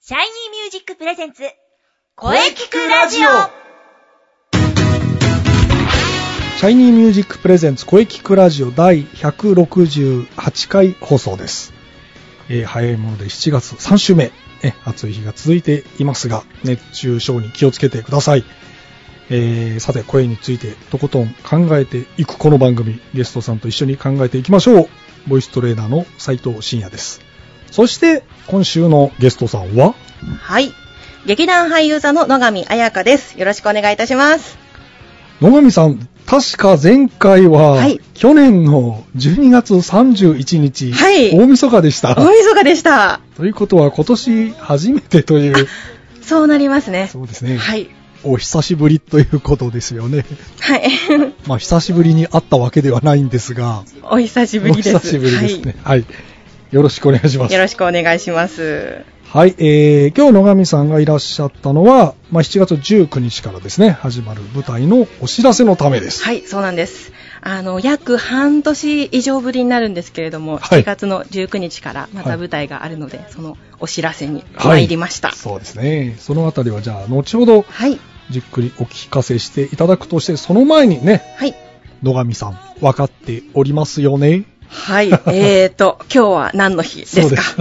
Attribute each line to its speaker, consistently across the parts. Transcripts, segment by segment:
Speaker 1: シャイニーミュージックプレゼンツ、
Speaker 2: 声聞くラジオ
Speaker 3: シャイニーミュージックプレゼンツ声聞くラジオ第168回放送です。えー早いもので7月3週目、え暑い日が続いていますが、熱中症に気をつけてください。えーさて、声についてとことん考えていくこの番組、ゲストさんと一緒に考えていきましょう。ボイストレーナーの斉藤慎也です。そして、今週のゲストさんは、
Speaker 2: はい。劇団俳優座の野上彩香です。よろしくお願いいたします。
Speaker 3: 野上さん、確か前回は、
Speaker 2: はい
Speaker 3: 去年の12月31日、
Speaker 2: はい
Speaker 3: 大晦日でした。
Speaker 2: 大晦日でした。
Speaker 3: ということは今年初めてという、
Speaker 2: そうなりますね。
Speaker 3: そうですね、
Speaker 2: はい。
Speaker 3: お久しぶりということですよね。
Speaker 2: はい。
Speaker 3: まあ久しぶりに会ったわけではないんですが、
Speaker 2: お久しぶりです。
Speaker 3: お久しぶりですね、はい。よろしくお願いしま
Speaker 2: はい。
Speaker 3: す
Speaker 2: よ。ろしくお願いします。
Speaker 3: はい、えー、今日野上さんがいらっしゃったのは、まあ7月19日からですね、始まる舞台のお知らせのためです。
Speaker 2: はい、そうなんです。あの、約半年以上ぶりになるんですけれども、
Speaker 3: はい
Speaker 2: 7月の19日からま
Speaker 3: は
Speaker 2: た
Speaker 3: い
Speaker 2: 舞台があるので、そのお知らせに参りました。
Speaker 3: はいそうですね。そのあたりはじゃあ、後ほど
Speaker 2: はい。
Speaker 3: じっくりお聞かせしていただくとして、その前にね、
Speaker 2: はい。
Speaker 3: 野上さん、分かっておりますよね
Speaker 2: はい。えーと、今日は何の日ですか
Speaker 3: そうです。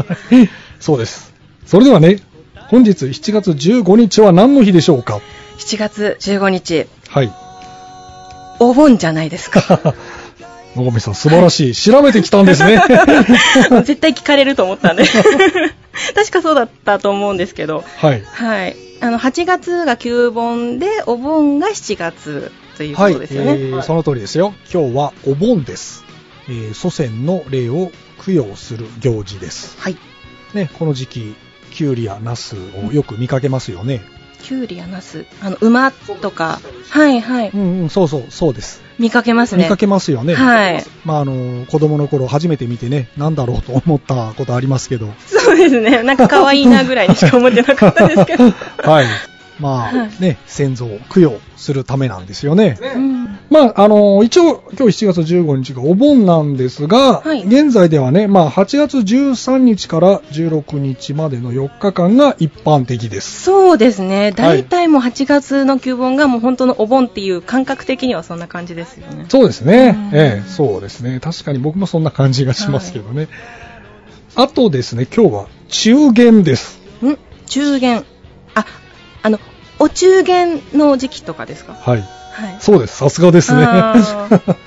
Speaker 3: そうです。それではね、本日7月15日は何の日でしょうか
Speaker 2: ?7 月15日、
Speaker 3: はい。
Speaker 2: お盆じゃないです か。
Speaker 3: 野上さん、素晴らしい。調べてきたんで すね。
Speaker 2: 絶対聞かれると思ったんで。 確かそうだったと思うんですけど。
Speaker 3: はい。
Speaker 2: はい。あの、8月が旧盆で、お盆が7月というこ
Speaker 3: はい、
Speaker 2: とですよね。
Speaker 3: えーその通りですよ。今日はお盆です。えー祖先の霊を供養する行事です。
Speaker 2: はい。
Speaker 3: ね、この時期、キュウリやナスをよく見かけますよね。
Speaker 2: キュウリやナス、あの、馬とか、はいはい。
Speaker 3: うんうん、そうそう、そうです。
Speaker 2: 見かけますね。
Speaker 3: 見かけますよね。
Speaker 2: はい。
Speaker 3: まあ、あの、子供の頃初めて見てね、なんだろうと思ったことありますけど。
Speaker 2: そうですね。なんか可愛いなぐらいにしか思ってなかったですけど。
Speaker 3: はい。まあ、
Speaker 2: はい
Speaker 3: ね、先祖を供養するためなんですよね。
Speaker 2: うん
Speaker 3: まあ、あの、一応、今日7月15日がお盆なんですが、
Speaker 2: はい
Speaker 3: 現在ではね、まあ、8月13日から16日までの4日間が一般的です。
Speaker 2: そうですね。大体もう8月の旧盆がもう本当のお盆っていう感覚的にはそんな感じですよね。
Speaker 3: そうですね
Speaker 2: うん。
Speaker 3: ええ、そうですね。確かに僕もそんな感じがしますけどね。あとですね、今日は中元です。
Speaker 2: ん中元。あ、あの、お中元の時期とかですか
Speaker 3: はい。
Speaker 2: はい。
Speaker 3: そうです。さすがですね
Speaker 2: あ。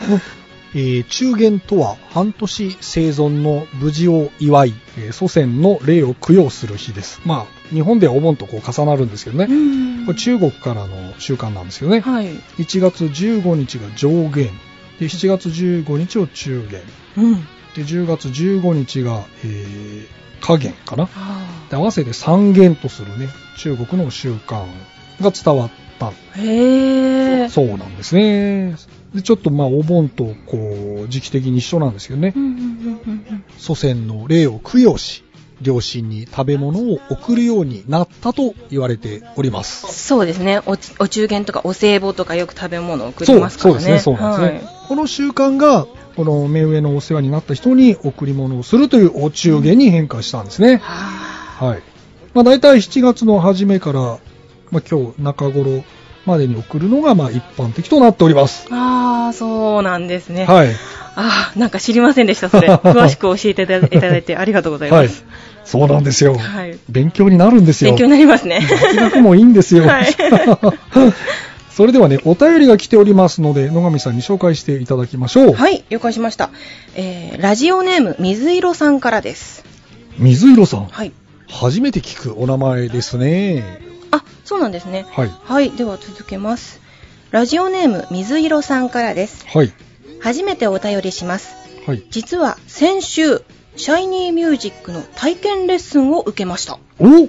Speaker 3: えー中元とは半年生存の無事を祝い、えー祖先の霊を供養する日です。まあ、日本ではお盆とこう重なるんですけどね。
Speaker 2: ん
Speaker 3: これ中国からの習慣なんですよね。
Speaker 2: はい。
Speaker 3: 1月15日が上元。で、7月15日を中元。
Speaker 2: うん。
Speaker 3: で、10月15日が、えー、下元かな。
Speaker 2: あ
Speaker 3: で合わせて三元とするね、中国の習慣が伝わっ
Speaker 2: ー
Speaker 3: た
Speaker 2: へえ。
Speaker 3: そうなんですね。で、ちょっとまあ、お盆とこう、時期的に一緒なんですけどね
Speaker 2: う。んうんうんうん
Speaker 3: 祖先の霊を供養し、両親に食べ物を送るようになったと言われております
Speaker 2: うん。そうですねお。お中元とかお歳暮とかよく食べ物を送
Speaker 3: そ
Speaker 2: り
Speaker 3: う
Speaker 2: ますからね。
Speaker 3: そうですね、そうなんですね。この習慣が、この目上のお世話になった人に贈り物をするというお中元に変化したんですね。
Speaker 2: は
Speaker 3: はい。まあ大体7月の初めから、まあ今日中頃までに送るのが、まあ一般的となっております。
Speaker 2: ああー、そうなんですね。
Speaker 3: はい。
Speaker 2: ああ、なんか知りませんでした、 それ。詳しく教えていただいただいてありがとうござい
Speaker 3: は
Speaker 2: ま
Speaker 3: い
Speaker 2: す。。
Speaker 3: そうなんですよ。
Speaker 2: はい
Speaker 3: 勉強になるんですよ。
Speaker 2: 勉強になりますね。
Speaker 3: 哲学もいいんですよ。
Speaker 2: はい
Speaker 3: それではね、お便りが来ておりますので、野上さんに紹介していただきましょう。
Speaker 2: はい、了解しました。えー、ラジオネーム、水色さんからです。
Speaker 3: 水色さん、
Speaker 2: はい。
Speaker 3: 初めて聞くお名前ですね。
Speaker 2: あ、そうなんですね。
Speaker 3: はい。
Speaker 2: はい、では続けます。ラジオネーム、水色さんからです。
Speaker 3: はい。
Speaker 2: 初めてお便りします。
Speaker 3: はい。
Speaker 2: 実は先週、シャイニーミュージックの体験レッスンを受けました。
Speaker 3: お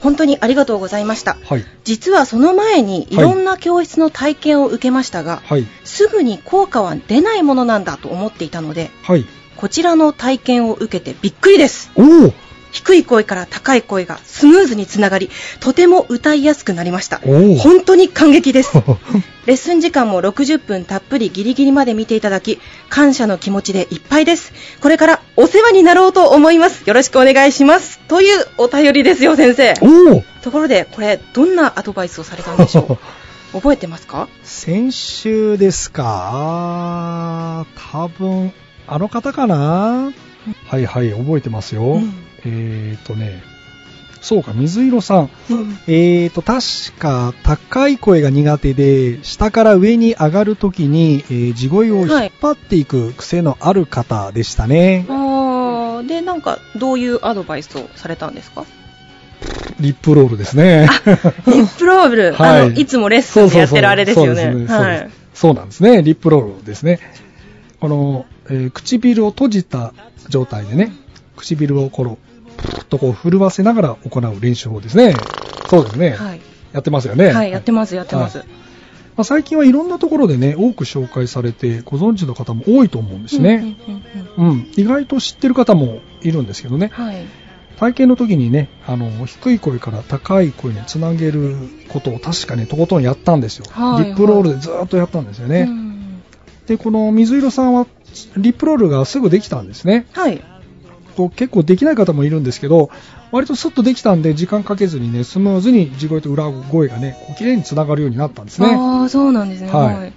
Speaker 2: 本当にありがとうございました。
Speaker 3: はい。
Speaker 2: 実はその前にい
Speaker 3: はい
Speaker 2: ろんな教室の体験を受けましたが、
Speaker 3: はい。
Speaker 2: すぐに効果は出ないものなんだと思っていたので、
Speaker 3: はい。
Speaker 2: こちらの体験を受けてびっくりです。
Speaker 3: おお
Speaker 2: 低い声から高い声がスムーズにつながり、とても歌いやすくなりました。
Speaker 3: おお
Speaker 2: 本当に感激 です。レッスン時間も60分たっぷりギリギリまで見ていただき、感謝の気持ちでいっぱいです。これからお世話になろうと思います。よろしくお願いします。というお便りですよ、先生。
Speaker 3: おお
Speaker 2: ところで、これ、どんなアドバイスをされたんでし ょう覚えてますか
Speaker 3: 先週ですかあー多分あの方かなはいはい覚えてますよ、
Speaker 2: うん
Speaker 3: えっ、ー、とねそうか水色さん
Speaker 2: うん
Speaker 3: えーと確か高い声が苦手で下から上に上がるときに、えー地声を引っ張っていく癖のある方でしたね、
Speaker 2: あーで、なんか、どういうアドバイスをされたんです か
Speaker 3: リップロールですね
Speaker 2: リップロール、
Speaker 3: はい
Speaker 2: あのいつもレッスンでやってるあれですよ
Speaker 3: そうそう
Speaker 2: ね。
Speaker 3: そうそう
Speaker 2: は
Speaker 3: です
Speaker 2: い。
Speaker 3: そうなんですね。リップロールですね。この、えー唇を閉じた状態でね、唇をこの、プルッとこう震わせながら行う練習法ですね。そうですね。
Speaker 2: はい、
Speaker 3: やってますよね。
Speaker 2: はいやってます、やってます。
Speaker 3: はまあ、最近はいろんなところでね、多く紹介されて、ご存知の方も多いと思うんですね。
Speaker 2: うんうんうんうん
Speaker 3: うん、意外と知ってる方もいるんですけどね。
Speaker 2: はい。
Speaker 3: 体験の時にね、あの、低い声から高い声につなげることを確かね、とことんやったんですよ。
Speaker 2: はい
Speaker 3: リップロールでずーっとやったんですよね。
Speaker 2: うん
Speaker 3: で、この水色さんは、リップロールがすぐできたんですね。
Speaker 2: はい。
Speaker 3: こう結構できない方もいるんですけど、割とスッとできたんで、時間かけずにね、スムーズに地声と裏声がね、こう綺麗につながるようになったんですね。
Speaker 2: ああ、そうなんですね。
Speaker 3: はい
Speaker 2: はい。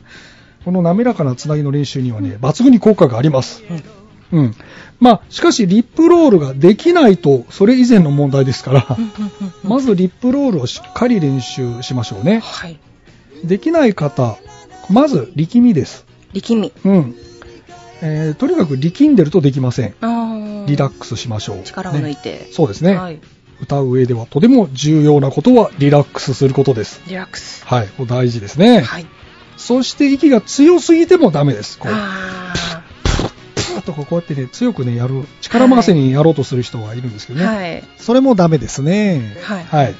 Speaker 3: この滑らかなつなぎの練習にはね、抜群に効果があります。うん。まあ、しかし、リップロールができないと、それ以前の問題ですから
Speaker 2: う、んうんうん
Speaker 3: まずリップロールをしっかり練習しましょうね。
Speaker 2: はい。
Speaker 3: できない方、まず力みです。
Speaker 2: 力み。
Speaker 3: うん。えーとにかく力んでるとできません。
Speaker 2: ああ。
Speaker 3: リラックスしましょう。
Speaker 2: 力を抜いて。
Speaker 3: ねそうですね、
Speaker 2: はい。
Speaker 3: 歌う上ではとても重要なことはリラックスすることです。
Speaker 2: リラックス。
Speaker 3: はい。これ大事ですね。
Speaker 2: はい。
Speaker 3: そして息が強すぎてもダメです。こう、
Speaker 2: あ
Speaker 3: プーッとこうやってね、強くね、やる、力回せにやろうとする人がいるんですけ
Speaker 2: あ。
Speaker 3: どね。
Speaker 2: はい。
Speaker 3: それもダメですね。
Speaker 2: はい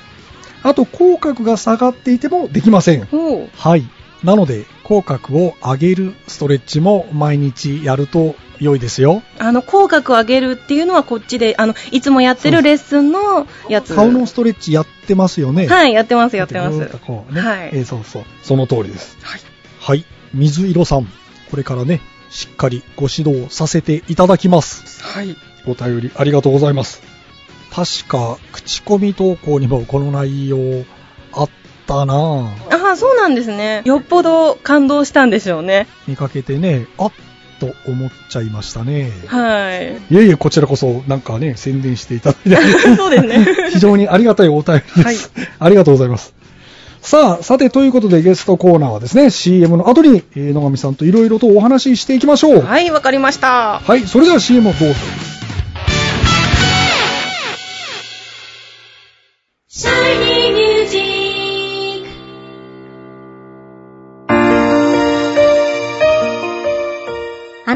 Speaker 3: あと、口角が下がっていてもできません。
Speaker 2: おう
Speaker 3: はい。なので、口角を上げるストレッチも毎日やると良いですよ。
Speaker 2: あの、口角を上げるっていうのはこっちで、あの、いつもやってるレッスンのやつ。
Speaker 3: 顔のストレッチやってますよね。
Speaker 2: はい、やってます、やってま
Speaker 3: ぐー
Speaker 2: す
Speaker 3: っと。こうね。
Speaker 2: はい
Speaker 3: えーそうそう。その通りです。
Speaker 2: はい。
Speaker 3: はい。水色さん、これからね、しっかりご指導させていただきます。
Speaker 2: はい。
Speaker 3: お便りありがとうございます。確か、口コミ投稿にもこの内容あったなぁ。
Speaker 2: ああ、そうなんですね。よっぽど感動したんでしょうね。
Speaker 3: 見かけてね、あっと思っちゃいましたね。
Speaker 2: はい。
Speaker 3: いえいえ、こちらこそ、なんかね、宣伝していただいて。
Speaker 2: そうですね。
Speaker 3: 非常にありがたいお便りです。ありがとうございます。さあ、さて、ということでゲストコーナーはですね、CM の後に、えー野上さんといろいろとお話ししていきましょう。はい、
Speaker 2: はい、わかりました。
Speaker 3: それでは CM をどうぞ。
Speaker 1: あ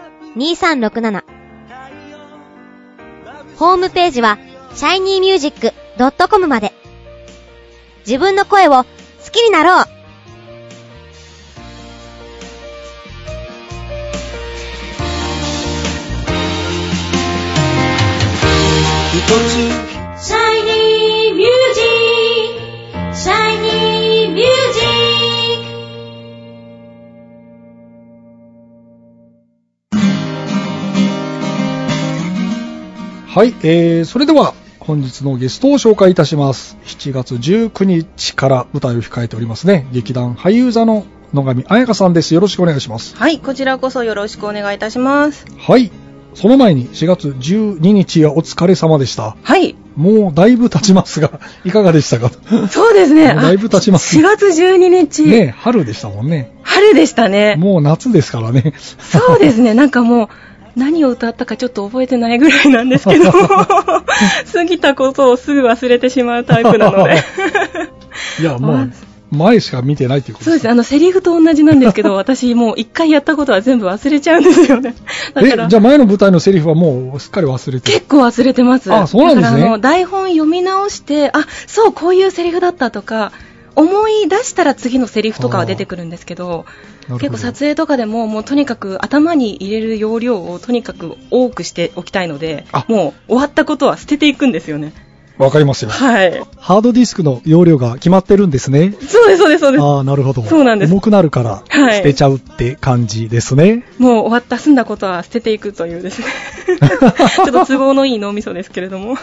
Speaker 1: 3208-2367ホームページは shinymusic.com まで自分の声を好きになろうシャイニーミュージックシャイニーミュージック
Speaker 3: はい、えー、それでは本日のゲストを紹介いたします。7月19日から舞台を控えておりますね、劇団俳優座の野上彩香さんです。よろしくお願いします。
Speaker 2: はい、こちらこそよろしくお願いいたします。
Speaker 3: はい、その前に4月12日はお疲れ様でした。
Speaker 2: はい、
Speaker 3: もうだいぶ経ちますが、 いかがでしたか
Speaker 2: そうですね。
Speaker 3: もうだいぶ経ちます
Speaker 2: 4月12日、
Speaker 3: ねえ春でしたもんね。
Speaker 2: 春でしたね。
Speaker 3: もう夏ですからね。
Speaker 2: そうですね、なんかもう、何を歌ったかちょっと覚えてないぐらいなんですけ ど過ぎたことをすぐ忘れてしまうタイプなので
Speaker 3: いや、もう、前しか見てないっていうこと
Speaker 2: そうですあのセリフと同じなんです けど私もう一回やったことは全部忘れちゃうんですよねだから
Speaker 3: え、じゃあ前の舞台のセリフはもうすっかり忘れてる。
Speaker 2: 結構忘れてます
Speaker 3: あそうなんですね
Speaker 2: だからあの台本読み直してあそうこういうセリフだったとか思い出したら次のセリフとかは出てくるんですけど
Speaker 3: なるほど
Speaker 2: 結構撮影とかでももうとにかく頭に入れる容量をとにかく多くしておきたいので
Speaker 3: あ
Speaker 2: もう終わったことは捨てていくんですよね
Speaker 3: わかりますよ。
Speaker 2: はい
Speaker 3: ハードディスクの容量が決まってるんですね。
Speaker 2: そうですそうですそうです
Speaker 3: ああ、なるほど。
Speaker 2: そうなんです
Speaker 3: 重くなるから、
Speaker 2: はい
Speaker 3: 捨てちゃうって感じですね。
Speaker 2: もう終わった済んだことは捨てていくというですね ちょっと都合のいい脳みそですけれど も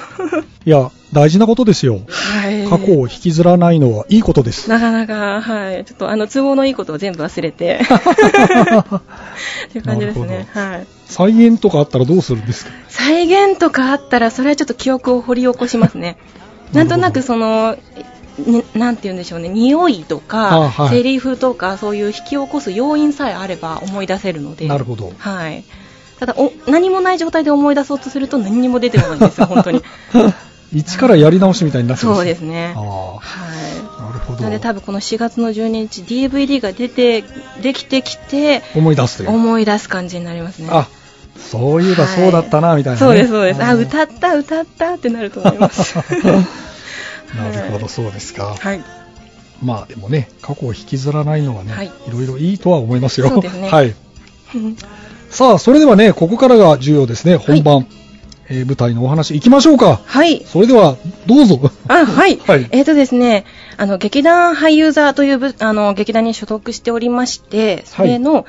Speaker 3: いや、大事なことですよ。
Speaker 2: はい
Speaker 3: 過去を引きずらないのはいいことです。
Speaker 2: なかなか、はい、ちょっとあの都合のいいことを全部忘れ て、という感じです
Speaker 3: なる
Speaker 2: ね、
Speaker 3: ほ
Speaker 2: はい、
Speaker 3: 再現とかあったらどうするんですか
Speaker 2: 再現とかあったら、それはちょっと記憶を掘り起こしますね、な
Speaker 3: なるほど
Speaker 2: んとなくその、になんて言うんでしょうね、匂いと
Speaker 3: あ
Speaker 2: か、
Speaker 3: はい
Speaker 2: セリフとか、そういう引き起こす要因さえあれば思い出せるので、
Speaker 3: なるほど。
Speaker 2: はい、ただお、何もない状態で思い出そうとすると、何にも出てこないんですよ、本当 に、
Speaker 3: 一からやり直しみたいになってます
Speaker 2: そうですね。
Speaker 3: あ
Speaker 2: はい
Speaker 3: あ、なるほ
Speaker 2: なので多
Speaker 3: ど。
Speaker 2: 分この4月の12日 DVD が出てできてきて
Speaker 3: 思い出すという。
Speaker 2: 思い出す感じになりますね
Speaker 3: あ、そういえば
Speaker 2: はい
Speaker 3: そうだったな、みたいなね。
Speaker 2: そうですそうですあ
Speaker 3: ん
Speaker 2: 歌った歌ったってなると思います
Speaker 3: なるほど、そうですか。
Speaker 2: はい
Speaker 3: まあでもね、過去を引きずらないのはね、
Speaker 2: はいい、
Speaker 3: ろいろいいとは思いますよ。
Speaker 2: そうですね
Speaker 3: はい。さあ、それではね、ここからが重要ですね、本番、えー舞台のお話行きましょうか。
Speaker 2: はい
Speaker 3: それでは、どうぞ。
Speaker 2: あはい、
Speaker 3: はい
Speaker 2: えーとですね、あの劇団俳優座という部あの劇団に所属しておりまして、それの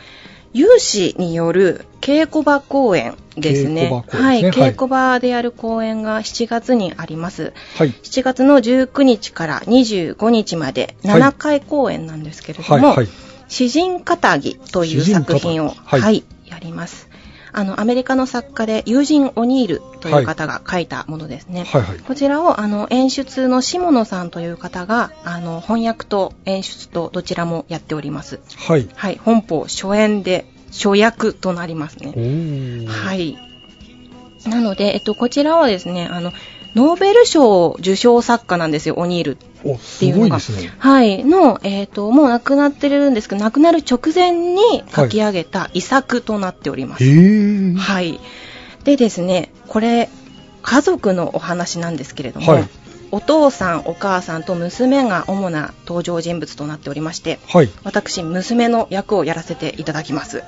Speaker 2: 有志による稽古場公演ですね、
Speaker 3: 稽古場公演ですね
Speaker 2: は
Speaker 3: はい
Speaker 2: い、稽古場でやる公演が7月にあります。
Speaker 3: はい。
Speaker 2: 7月の19日から25日まで
Speaker 3: はい
Speaker 2: 7回公演なんですけれども、
Speaker 3: はい、はい。
Speaker 2: 詩人片木という作品を、
Speaker 3: 詩人片木は
Speaker 2: はいいやりますあのアメリカの作家で友人オニールという方が書いたものですね、
Speaker 3: はい、はい。
Speaker 2: こちらをあの演出の下野さんという方があの翻訳と演出とどちらもやっております、
Speaker 3: はい。
Speaker 2: はい、本邦初演で初役となりますね
Speaker 3: おー。
Speaker 2: はい。なので、えっと、こちらはですね、あの、ノーベル賞受賞作家なんですよ、オニール。
Speaker 3: お、すごいですね。
Speaker 2: はい。の、えっと、もう亡くなってるんですけど、亡くなる直前に書き上げた遺作となっております。
Speaker 3: へ
Speaker 2: はい。
Speaker 3: ー。
Speaker 2: でですね、これ、家族のお話なんですけれども、
Speaker 3: はい
Speaker 2: お父さん、お母さんと娘が主な登場人物となっておりまして、
Speaker 3: はい。
Speaker 2: 私、娘の役をやらせていただきます。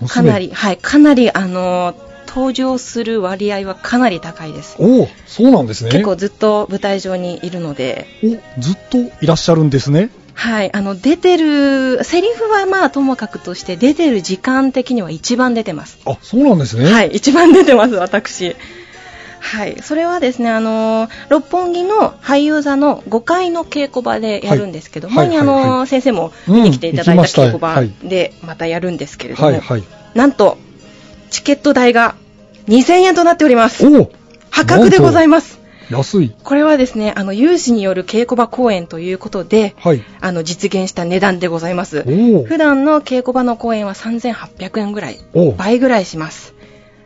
Speaker 3: 娘
Speaker 2: かなり、はい、かなり、あの登場する割合はかなり高いです。
Speaker 3: おー、そうなんですね。
Speaker 2: 結構ずっと舞台上にいるので、
Speaker 3: お、ずっといらっしゃるんですね。
Speaker 2: はい、あの、出てる、セリフはまあともかくとして、出てる時間的には一番出てます。
Speaker 3: あ、そうなんですね。
Speaker 2: はい、一番出てます、私。はい、それはですね、あの六本木の俳優座の5階の稽古場でやるんですけど、
Speaker 3: はい
Speaker 2: 前にあの、
Speaker 3: はいはいは
Speaker 2: 先生も見に来ていただい
Speaker 3: うん行き
Speaker 2: た
Speaker 3: まし
Speaker 2: 稽
Speaker 3: た
Speaker 2: 古場
Speaker 3: はい
Speaker 2: でまたやるんですけれども、
Speaker 3: はい、はい。
Speaker 2: なんと、チケット代が2000円となっております。
Speaker 3: おー、
Speaker 2: 破格でございます。
Speaker 3: 安い。
Speaker 2: これはですね、あの、有志による稽古場公演ということで、
Speaker 3: はい。
Speaker 2: あの、実現した値段でございます
Speaker 3: お。ー。
Speaker 2: 普段の稽古場の公演は3800円ぐらい、
Speaker 3: おー。
Speaker 2: 倍ぐらいします。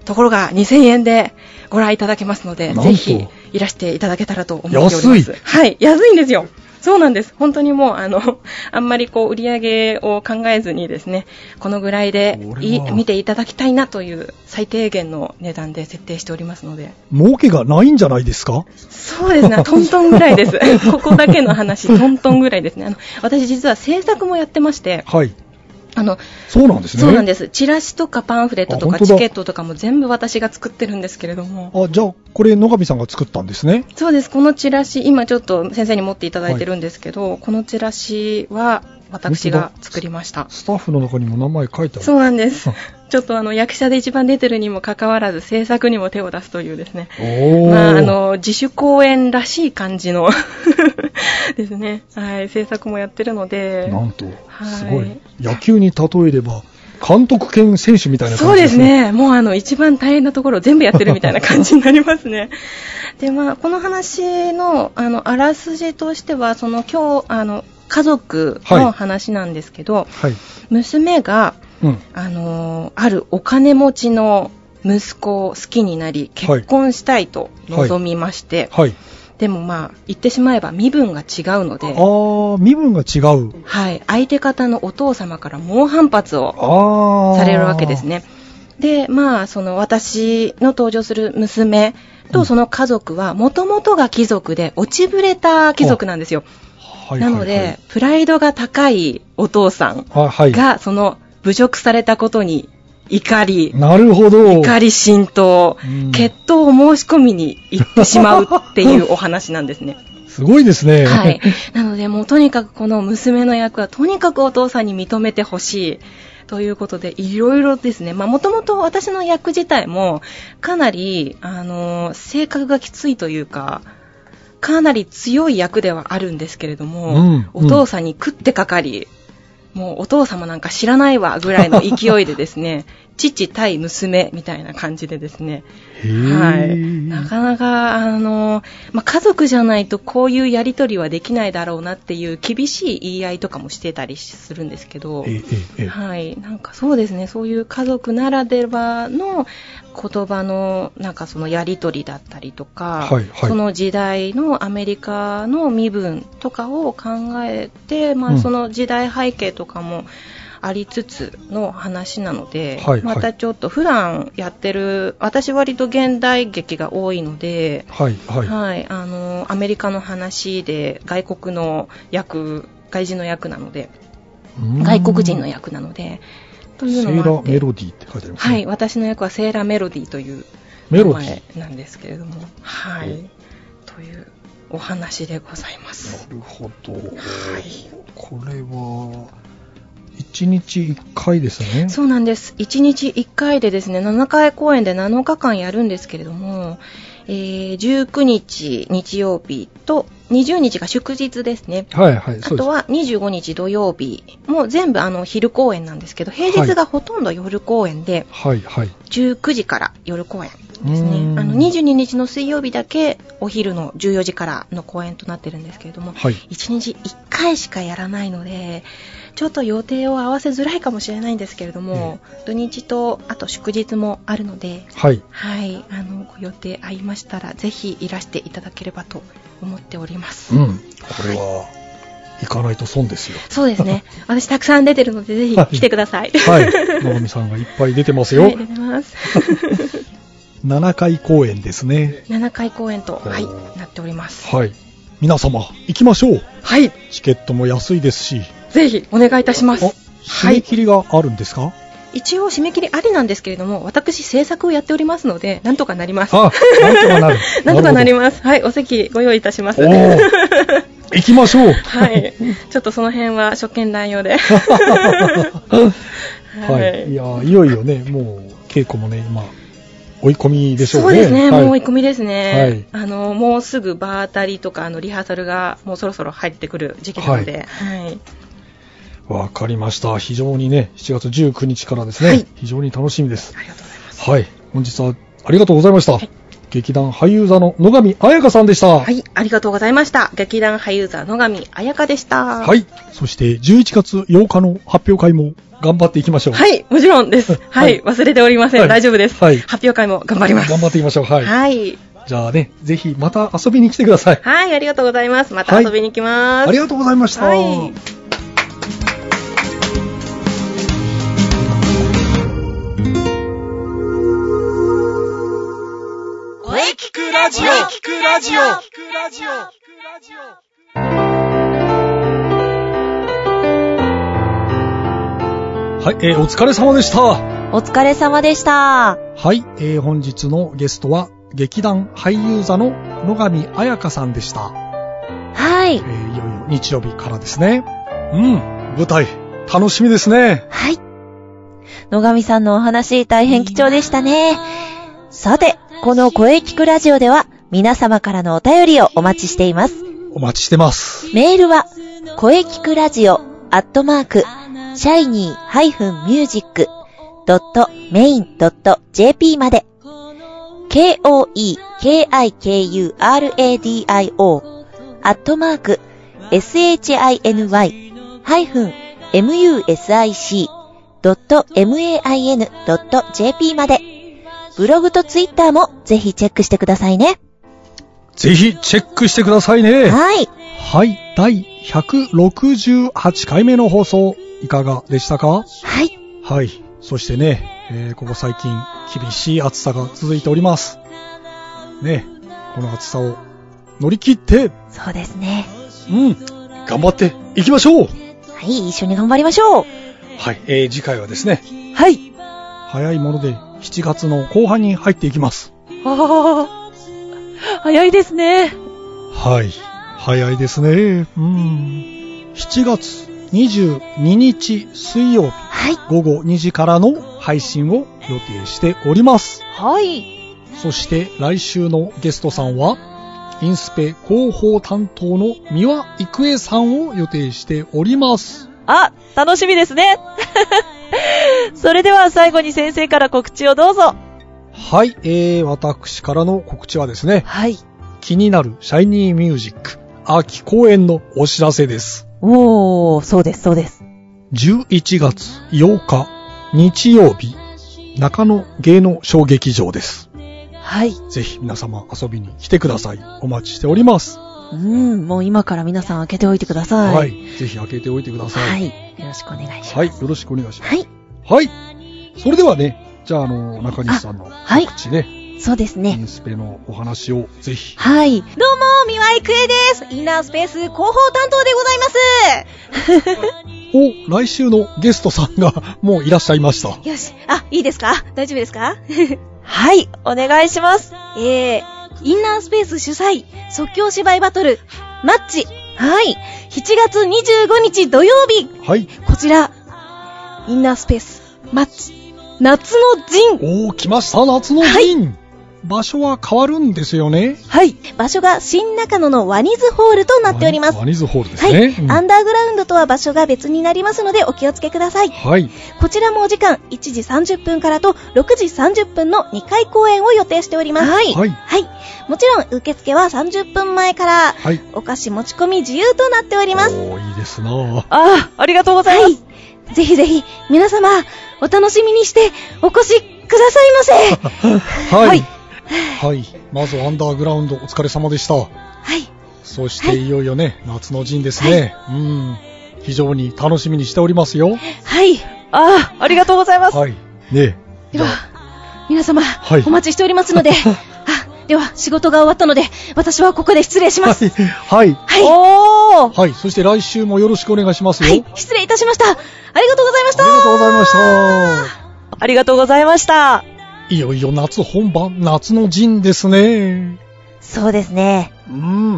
Speaker 2: ところが2000円でご覧いただけますので、
Speaker 3: なんと
Speaker 2: ぜひいらしていただけたらと思っております。
Speaker 3: 安い
Speaker 2: はい、安いんですよ。そうなんです。本当にもう、あの、 あんまりこう、売り上げを考えずにですね、このぐらいで
Speaker 3: これ
Speaker 2: い
Speaker 3: はい
Speaker 2: 見ていただきたいなという最低限の値段で設定しておりますので。
Speaker 3: 儲けがないんじゃないですか
Speaker 2: そうです ね、トントンぐらいです。 ここだけの話、トントンぐらいですね。あの、私実は制作もやってまして、
Speaker 3: はい。
Speaker 2: あの、
Speaker 3: そうなんですね。
Speaker 2: そうなんです。チラシとかパンフレットと
Speaker 3: あ本
Speaker 2: か
Speaker 3: 当だ
Speaker 2: チケットとかも全部私が作ってるんですけれども。
Speaker 3: あ、じゃあ、これ、野上さんが作ったんですね。
Speaker 2: そうです。このチラシ、今ちょっと先生に持っていただいてるんですけど、このチラシは私が作りました。
Speaker 3: スタッフの中にも名前書いてあ
Speaker 2: そ
Speaker 3: る。
Speaker 2: うなんです
Speaker 3: あ。
Speaker 2: ちょっとあの役者で一番出てるにもかかわらず制作にも手を出すというですね。
Speaker 3: おー。
Speaker 2: まあ、あの自主公演らしい感じの ですね、はい、制作もやってるので、
Speaker 3: なんと、
Speaker 2: はい
Speaker 3: すごい。野球に例えれば、監督兼選手みたいな
Speaker 2: そ
Speaker 3: 感
Speaker 2: うで
Speaker 3: じです
Speaker 2: す
Speaker 3: ね。
Speaker 2: ね、もうあの一番大変なところを全部やってるみたいな感じになります ね。で、まあ、この話のあのあらすじとしては、その今日あの家族
Speaker 3: はい
Speaker 2: の話なんですけど、
Speaker 3: はい。
Speaker 2: 娘が
Speaker 3: うん。
Speaker 2: あのーあるお金持ちの息子を好きになり結婚したいと望みまして、
Speaker 3: はい。
Speaker 2: でもまあ言ってしまえば身分が違うので、
Speaker 3: ああ、身分が違う。
Speaker 2: はい、相手方のお父様から猛反発を
Speaker 3: ああ。
Speaker 2: されるわけです。ね。で、まあ、その私の登場する娘
Speaker 3: う
Speaker 2: と
Speaker 3: ん
Speaker 2: その家族は、もともとが貴族で、落ちぶれた貴族なんですよ。
Speaker 3: はいはいはい、
Speaker 2: なので、プライドが高いお父さん
Speaker 3: あはい。
Speaker 2: が、その侮辱されたことに怒り、
Speaker 3: なるほど。
Speaker 2: 怒り浸透、
Speaker 3: うん
Speaker 2: 決闘を申し込みに行ってしまうっていうお話なんですね。
Speaker 3: すごいですね。
Speaker 2: はい。 なので、もうとにかくこの娘の役は、とにかくお父さんに認めてほしい。ということで、いろいろですね。まあ、もともと私の役自体も、かなり、あのー性格がきついというか、かなり強い役ではあるんですけれども、
Speaker 3: うん
Speaker 2: お父さんに食ってかかり、もうお父様なんか知らないわぐらいの勢いでです ね、父対娘みたいな感じでですね、
Speaker 3: へ
Speaker 2: はい、
Speaker 3: ー
Speaker 2: なかなか、あのまあ、家族じゃないとこういうやり取りはできないだろうなっていう厳しい言い合いとかもしてたりするんですけど、
Speaker 3: ええええ
Speaker 2: はい、なんかそうですね、そういう家族ならではの言葉のなんかそのやり取りだったりとか、
Speaker 3: はいはい
Speaker 2: その時代のアメリカの身分とかを考えて、ま
Speaker 3: うん
Speaker 2: あ、その時代背景とかもありつつの話なので、
Speaker 3: はいはい
Speaker 2: またちょっと普段やってる、私割と現代劇が多いので、
Speaker 3: はいは。
Speaker 2: はいいあのアメリカの話で外国の役、外人の役なので。
Speaker 3: うん
Speaker 2: 外国人の役なので、という
Speaker 3: セ
Speaker 2: の
Speaker 3: ー
Speaker 2: もあ
Speaker 3: ラ
Speaker 2: っ
Speaker 3: メ
Speaker 2: て、
Speaker 3: ロディーって書いてあります
Speaker 2: は
Speaker 3: ね。
Speaker 2: い、。私の役はセーラメロディーという
Speaker 3: メロディー
Speaker 2: 前。なんですけれども、は
Speaker 3: お
Speaker 2: い、というお話でございます。
Speaker 3: なるほど。
Speaker 2: はい
Speaker 3: これは、1日1回ですね。
Speaker 2: そうなんです1日1回でですね7回公演で7日間やるんですけれども、えー19日日曜日と20日が祝日ですね、
Speaker 3: はいはい、
Speaker 2: あ
Speaker 3: そうで
Speaker 2: と
Speaker 3: す。
Speaker 2: は25日土曜日、もう全部あの昼公演なんですけど、平日がほとんど夜公演で、
Speaker 3: はいはい。
Speaker 2: 19時から夜公演です
Speaker 3: うーん
Speaker 2: ね。あの22日の水曜日だけお昼の14時からの公演となってるんですけれども、
Speaker 3: はい。
Speaker 2: 1日1回しかやらないので、ちょっと予定を合わせづらいかもしれないんですけれども、土日とあと祝日もあるので、
Speaker 3: はい。
Speaker 2: はい、あのご予定合いましたらぜひいらしていただければと思っております。
Speaker 3: うん。これは、行かないと損ですよ。
Speaker 2: そうです ね。私たくさん出てるのでぜひ来てください。
Speaker 3: はい。野上さんがいっぱい出てます
Speaker 2: は
Speaker 3: よ
Speaker 2: い、。出て ます。
Speaker 3: 7回公演ですね。
Speaker 2: 7回公演と、はい
Speaker 3: おー、
Speaker 2: なっております。
Speaker 3: はい。皆様、行きましょう。
Speaker 2: はい、
Speaker 3: チケットも安いですし。
Speaker 2: ぜひお願いいたしま
Speaker 3: あ
Speaker 2: す。、
Speaker 3: 締め切りがあるんですか、
Speaker 2: 一応締め切りありなんですけれども、私制作をやっておりますので、なんとかなります。。
Speaker 3: あ、なんとかなる
Speaker 2: なんとかなり
Speaker 3: ま
Speaker 2: ます。はい、お席ご用意いたします。
Speaker 3: お
Speaker 2: は
Speaker 3: ー行きましょう。
Speaker 2: い、ちょっとその辺は初見乱 用で。
Speaker 3: はい、いやーいよいよね、もう稽古もね、今、追い込みでしょうね。
Speaker 2: そうですね、
Speaker 3: はい
Speaker 2: もう追い込みですね、
Speaker 3: は
Speaker 2: あのもうすぐ場当たりとかあのリハーサルがもうそろそろ入ってくる時期なので、はい
Speaker 3: わかりました。非常にね、7月19日からですね、
Speaker 2: はい
Speaker 3: 非常に楽しみです。
Speaker 2: ありがとうございます。
Speaker 3: はい、本日はありがとうございました。
Speaker 2: い
Speaker 3: 劇団俳優座の野上彩香さんでした。は
Speaker 2: はい、ありがとうございました。劇団俳優座野上彩香でした。
Speaker 3: はい、そして11月8日の発表会も頑張っていきましょう。、
Speaker 2: はいい、もちろんです。
Speaker 3: は
Speaker 2: はいい、忘れておりません。
Speaker 3: はい
Speaker 2: 大丈夫です、
Speaker 3: はい
Speaker 2: 発表会も頑張ります。
Speaker 3: 頑張っていきましょう。はい。
Speaker 2: はい。
Speaker 3: じゃあね、ぜひまた遊びに来てください。
Speaker 2: はい、ありがとうございます。また遊びに行きます。
Speaker 3: ありがとうございました。
Speaker 2: はい
Speaker 4: 声聞くラジオ聞くラジオ
Speaker 3: はい、えーお疲れ様でした。
Speaker 1: お疲れ様でした。
Speaker 3: はい、えー本日のゲストは劇団俳優座の野上彩香さんでした、
Speaker 1: はい
Speaker 3: え。ーいよいよ日曜日からですねうん舞台楽しみですね
Speaker 1: はい。野上さんのお話、大変貴重でしたね。さて、この声聞くラジオでは、皆様からのお便りをお待ちしています。
Speaker 3: お待ちしてます
Speaker 1: メールは、声聞くラジオ、アットマーク、シャイニー -music.main.jp まで、k-o-e-k-i-k-u-r-a-d-i-o、アットマーク、shiny-music.main.jp まで、ブログとツイッターもぜひチェックしてくださいね。
Speaker 3: ぜひチェックしてくださいね。
Speaker 1: はい。
Speaker 3: はい、第168回目の放送、いかがでしたか
Speaker 1: はい。
Speaker 3: はい。そしてね、えーここ最近、厳しい暑さが続いております。ね、この暑さを乗り切って、
Speaker 1: そうですね。
Speaker 3: うん、頑張っていきましょ
Speaker 1: は
Speaker 3: う
Speaker 1: い、一緒に頑張りましょう。
Speaker 3: はい、えー次回はですね、
Speaker 1: はい。
Speaker 3: 早いもので7月の後半に入っていきます。
Speaker 1: ああ、早いですね。
Speaker 3: はい、早いですね。うん。7月22日水曜日
Speaker 1: はい。
Speaker 3: 午後2時からの配信を予定しております。
Speaker 1: はい。
Speaker 3: そして来週のゲストさんは、インスペ広報担当の三輪郁恵さんを予定しております。
Speaker 1: あ、楽しみですね。 それでは最後に先生から告知をどうぞ。
Speaker 3: はい、えー、私からの告知はですね、
Speaker 1: はい。
Speaker 3: 気になるシャイニーミュージック秋公演のお知らせです。
Speaker 1: おー、そうです、そうです。
Speaker 3: 11月8日日曜日、中野芸能小劇場です。
Speaker 1: はい。
Speaker 3: ぜひ皆様遊びに来てください。お待ちしております。
Speaker 1: うん、もう今から皆さん開けておいてください。
Speaker 3: はい。。ぜひ開けておいてくださ。
Speaker 1: はいい。よろしくお願いします。
Speaker 3: はい。よろしくお願いします。
Speaker 1: はい。
Speaker 3: はい。それではね、じゃあ、あの、中西さんの
Speaker 1: はい
Speaker 3: 告知ね、
Speaker 1: そうです
Speaker 3: イ
Speaker 1: ね。
Speaker 3: ンスペのお話をぜひ。
Speaker 1: はい。どうも、三輪育恵です。
Speaker 2: インナースペース広報担当でございます
Speaker 3: お、来週のゲストさんが もういらっしゃいました。
Speaker 2: よし。あ、いいですか大丈夫です か
Speaker 1: はい、お願いします。
Speaker 2: えー、インナースペース主催、即興芝居バトル、マッチ。はい。7月25日土曜日、
Speaker 3: はい。
Speaker 2: こちら、インナースペース、マッチ、夏の陣。
Speaker 3: おー、来ました、夏の陣、場所は変わるんですよね。
Speaker 1: はい。
Speaker 2: 場所が新中野のワニズホールとなっております。
Speaker 3: ワニズホールです
Speaker 2: は
Speaker 3: ね。
Speaker 2: い、
Speaker 3: うん
Speaker 2: アンダーグラウンドとは場所が別になりますのでお気をつけください。
Speaker 3: はい。
Speaker 2: こちらもお時間1時30分からと6時30分の2回公演を予定しております。はい
Speaker 3: はい。
Speaker 2: はい。もちろん、受付は30分前から、
Speaker 3: はい。
Speaker 2: お菓子持ち込み自由となっております。
Speaker 3: おー、いいですな
Speaker 1: ああ、ありがとうござい
Speaker 2: は
Speaker 1: ます。
Speaker 2: い。ぜひぜひ、皆様、お楽しみにして、お越しくださいませ。
Speaker 3: はい。はい。まず、アンダーグラウンド、お疲れ様でした。
Speaker 2: はい。
Speaker 3: そして、いよいよね、夏の陣ですね。うん。非常に楽しみにしておりますよ。
Speaker 2: はい。
Speaker 1: ああ、ありがとうございます。
Speaker 3: はい。ね
Speaker 2: で
Speaker 3: え。
Speaker 2: は、皆様、
Speaker 3: はい
Speaker 2: お待ちしておりますの で、あ、では、仕事が終わったので、私はここで失礼します。
Speaker 3: はい。
Speaker 2: はい。は
Speaker 1: おー、
Speaker 3: はい。そして来週もよろしくお願いしますよ。
Speaker 2: い。失礼いたしました。ありがとうございまし
Speaker 3: ありがとう
Speaker 2: た。
Speaker 3: ございました。
Speaker 1: ありがとうございました。
Speaker 3: いよいよ夏本番、夏の陣ですね。
Speaker 1: そうですね。
Speaker 3: うん。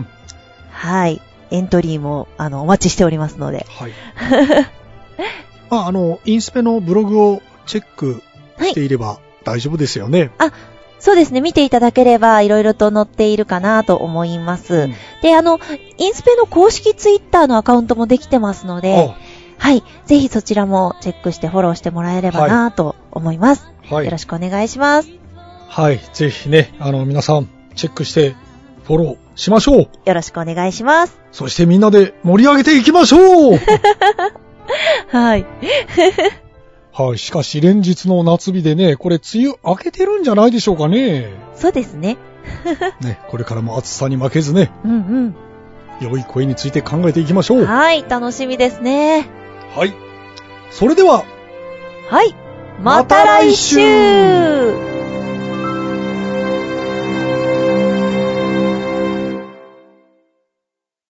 Speaker 3: は
Speaker 1: はい。エントリーも、あの、お待ちしておりますの で。
Speaker 3: い。まあ、あの、インスペのブログをチェックしていれば大丈夫ですよね。
Speaker 1: そうですね。見ていただければ、いろいろと載っているかなと思います。
Speaker 3: うん
Speaker 1: で、あの、インスペの公式ツイッターのアカウントもできてますので、はい。ぜひそちらもチェックしてフォローしてもらえればなと思います。
Speaker 3: あは
Speaker 1: よろ
Speaker 3: い。
Speaker 1: しくお願いします。
Speaker 3: はい。ぜひね、あの、皆さん、チェックして、フォローしましょう。
Speaker 1: よろしくお願いします。
Speaker 3: そしてみんなで盛り上げていきましょう
Speaker 1: はい。
Speaker 3: はい。しかし、連日の夏日でね、これ、梅雨明けてるんじゃないでしょうかね。
Speaker 1: そうですね。
Speaker 3: ね、これからも暑さに負けずね、
Speaker 1: うん
Speaker 3: 良い声について考えていきましょ
Speaker 1: う。。
Speaker 3: うん
Speaker 1: はい。楽しみですね。
Speaker 3: はい。それでは、
Speaker 1: はい。
Speaker 3: ま
Speaker 1: ま
Speaker 3: た
Speaker 1: た
Speaker 3: 来
Speaker 1: 来
Speaker 3: 週
Speaker 1: 週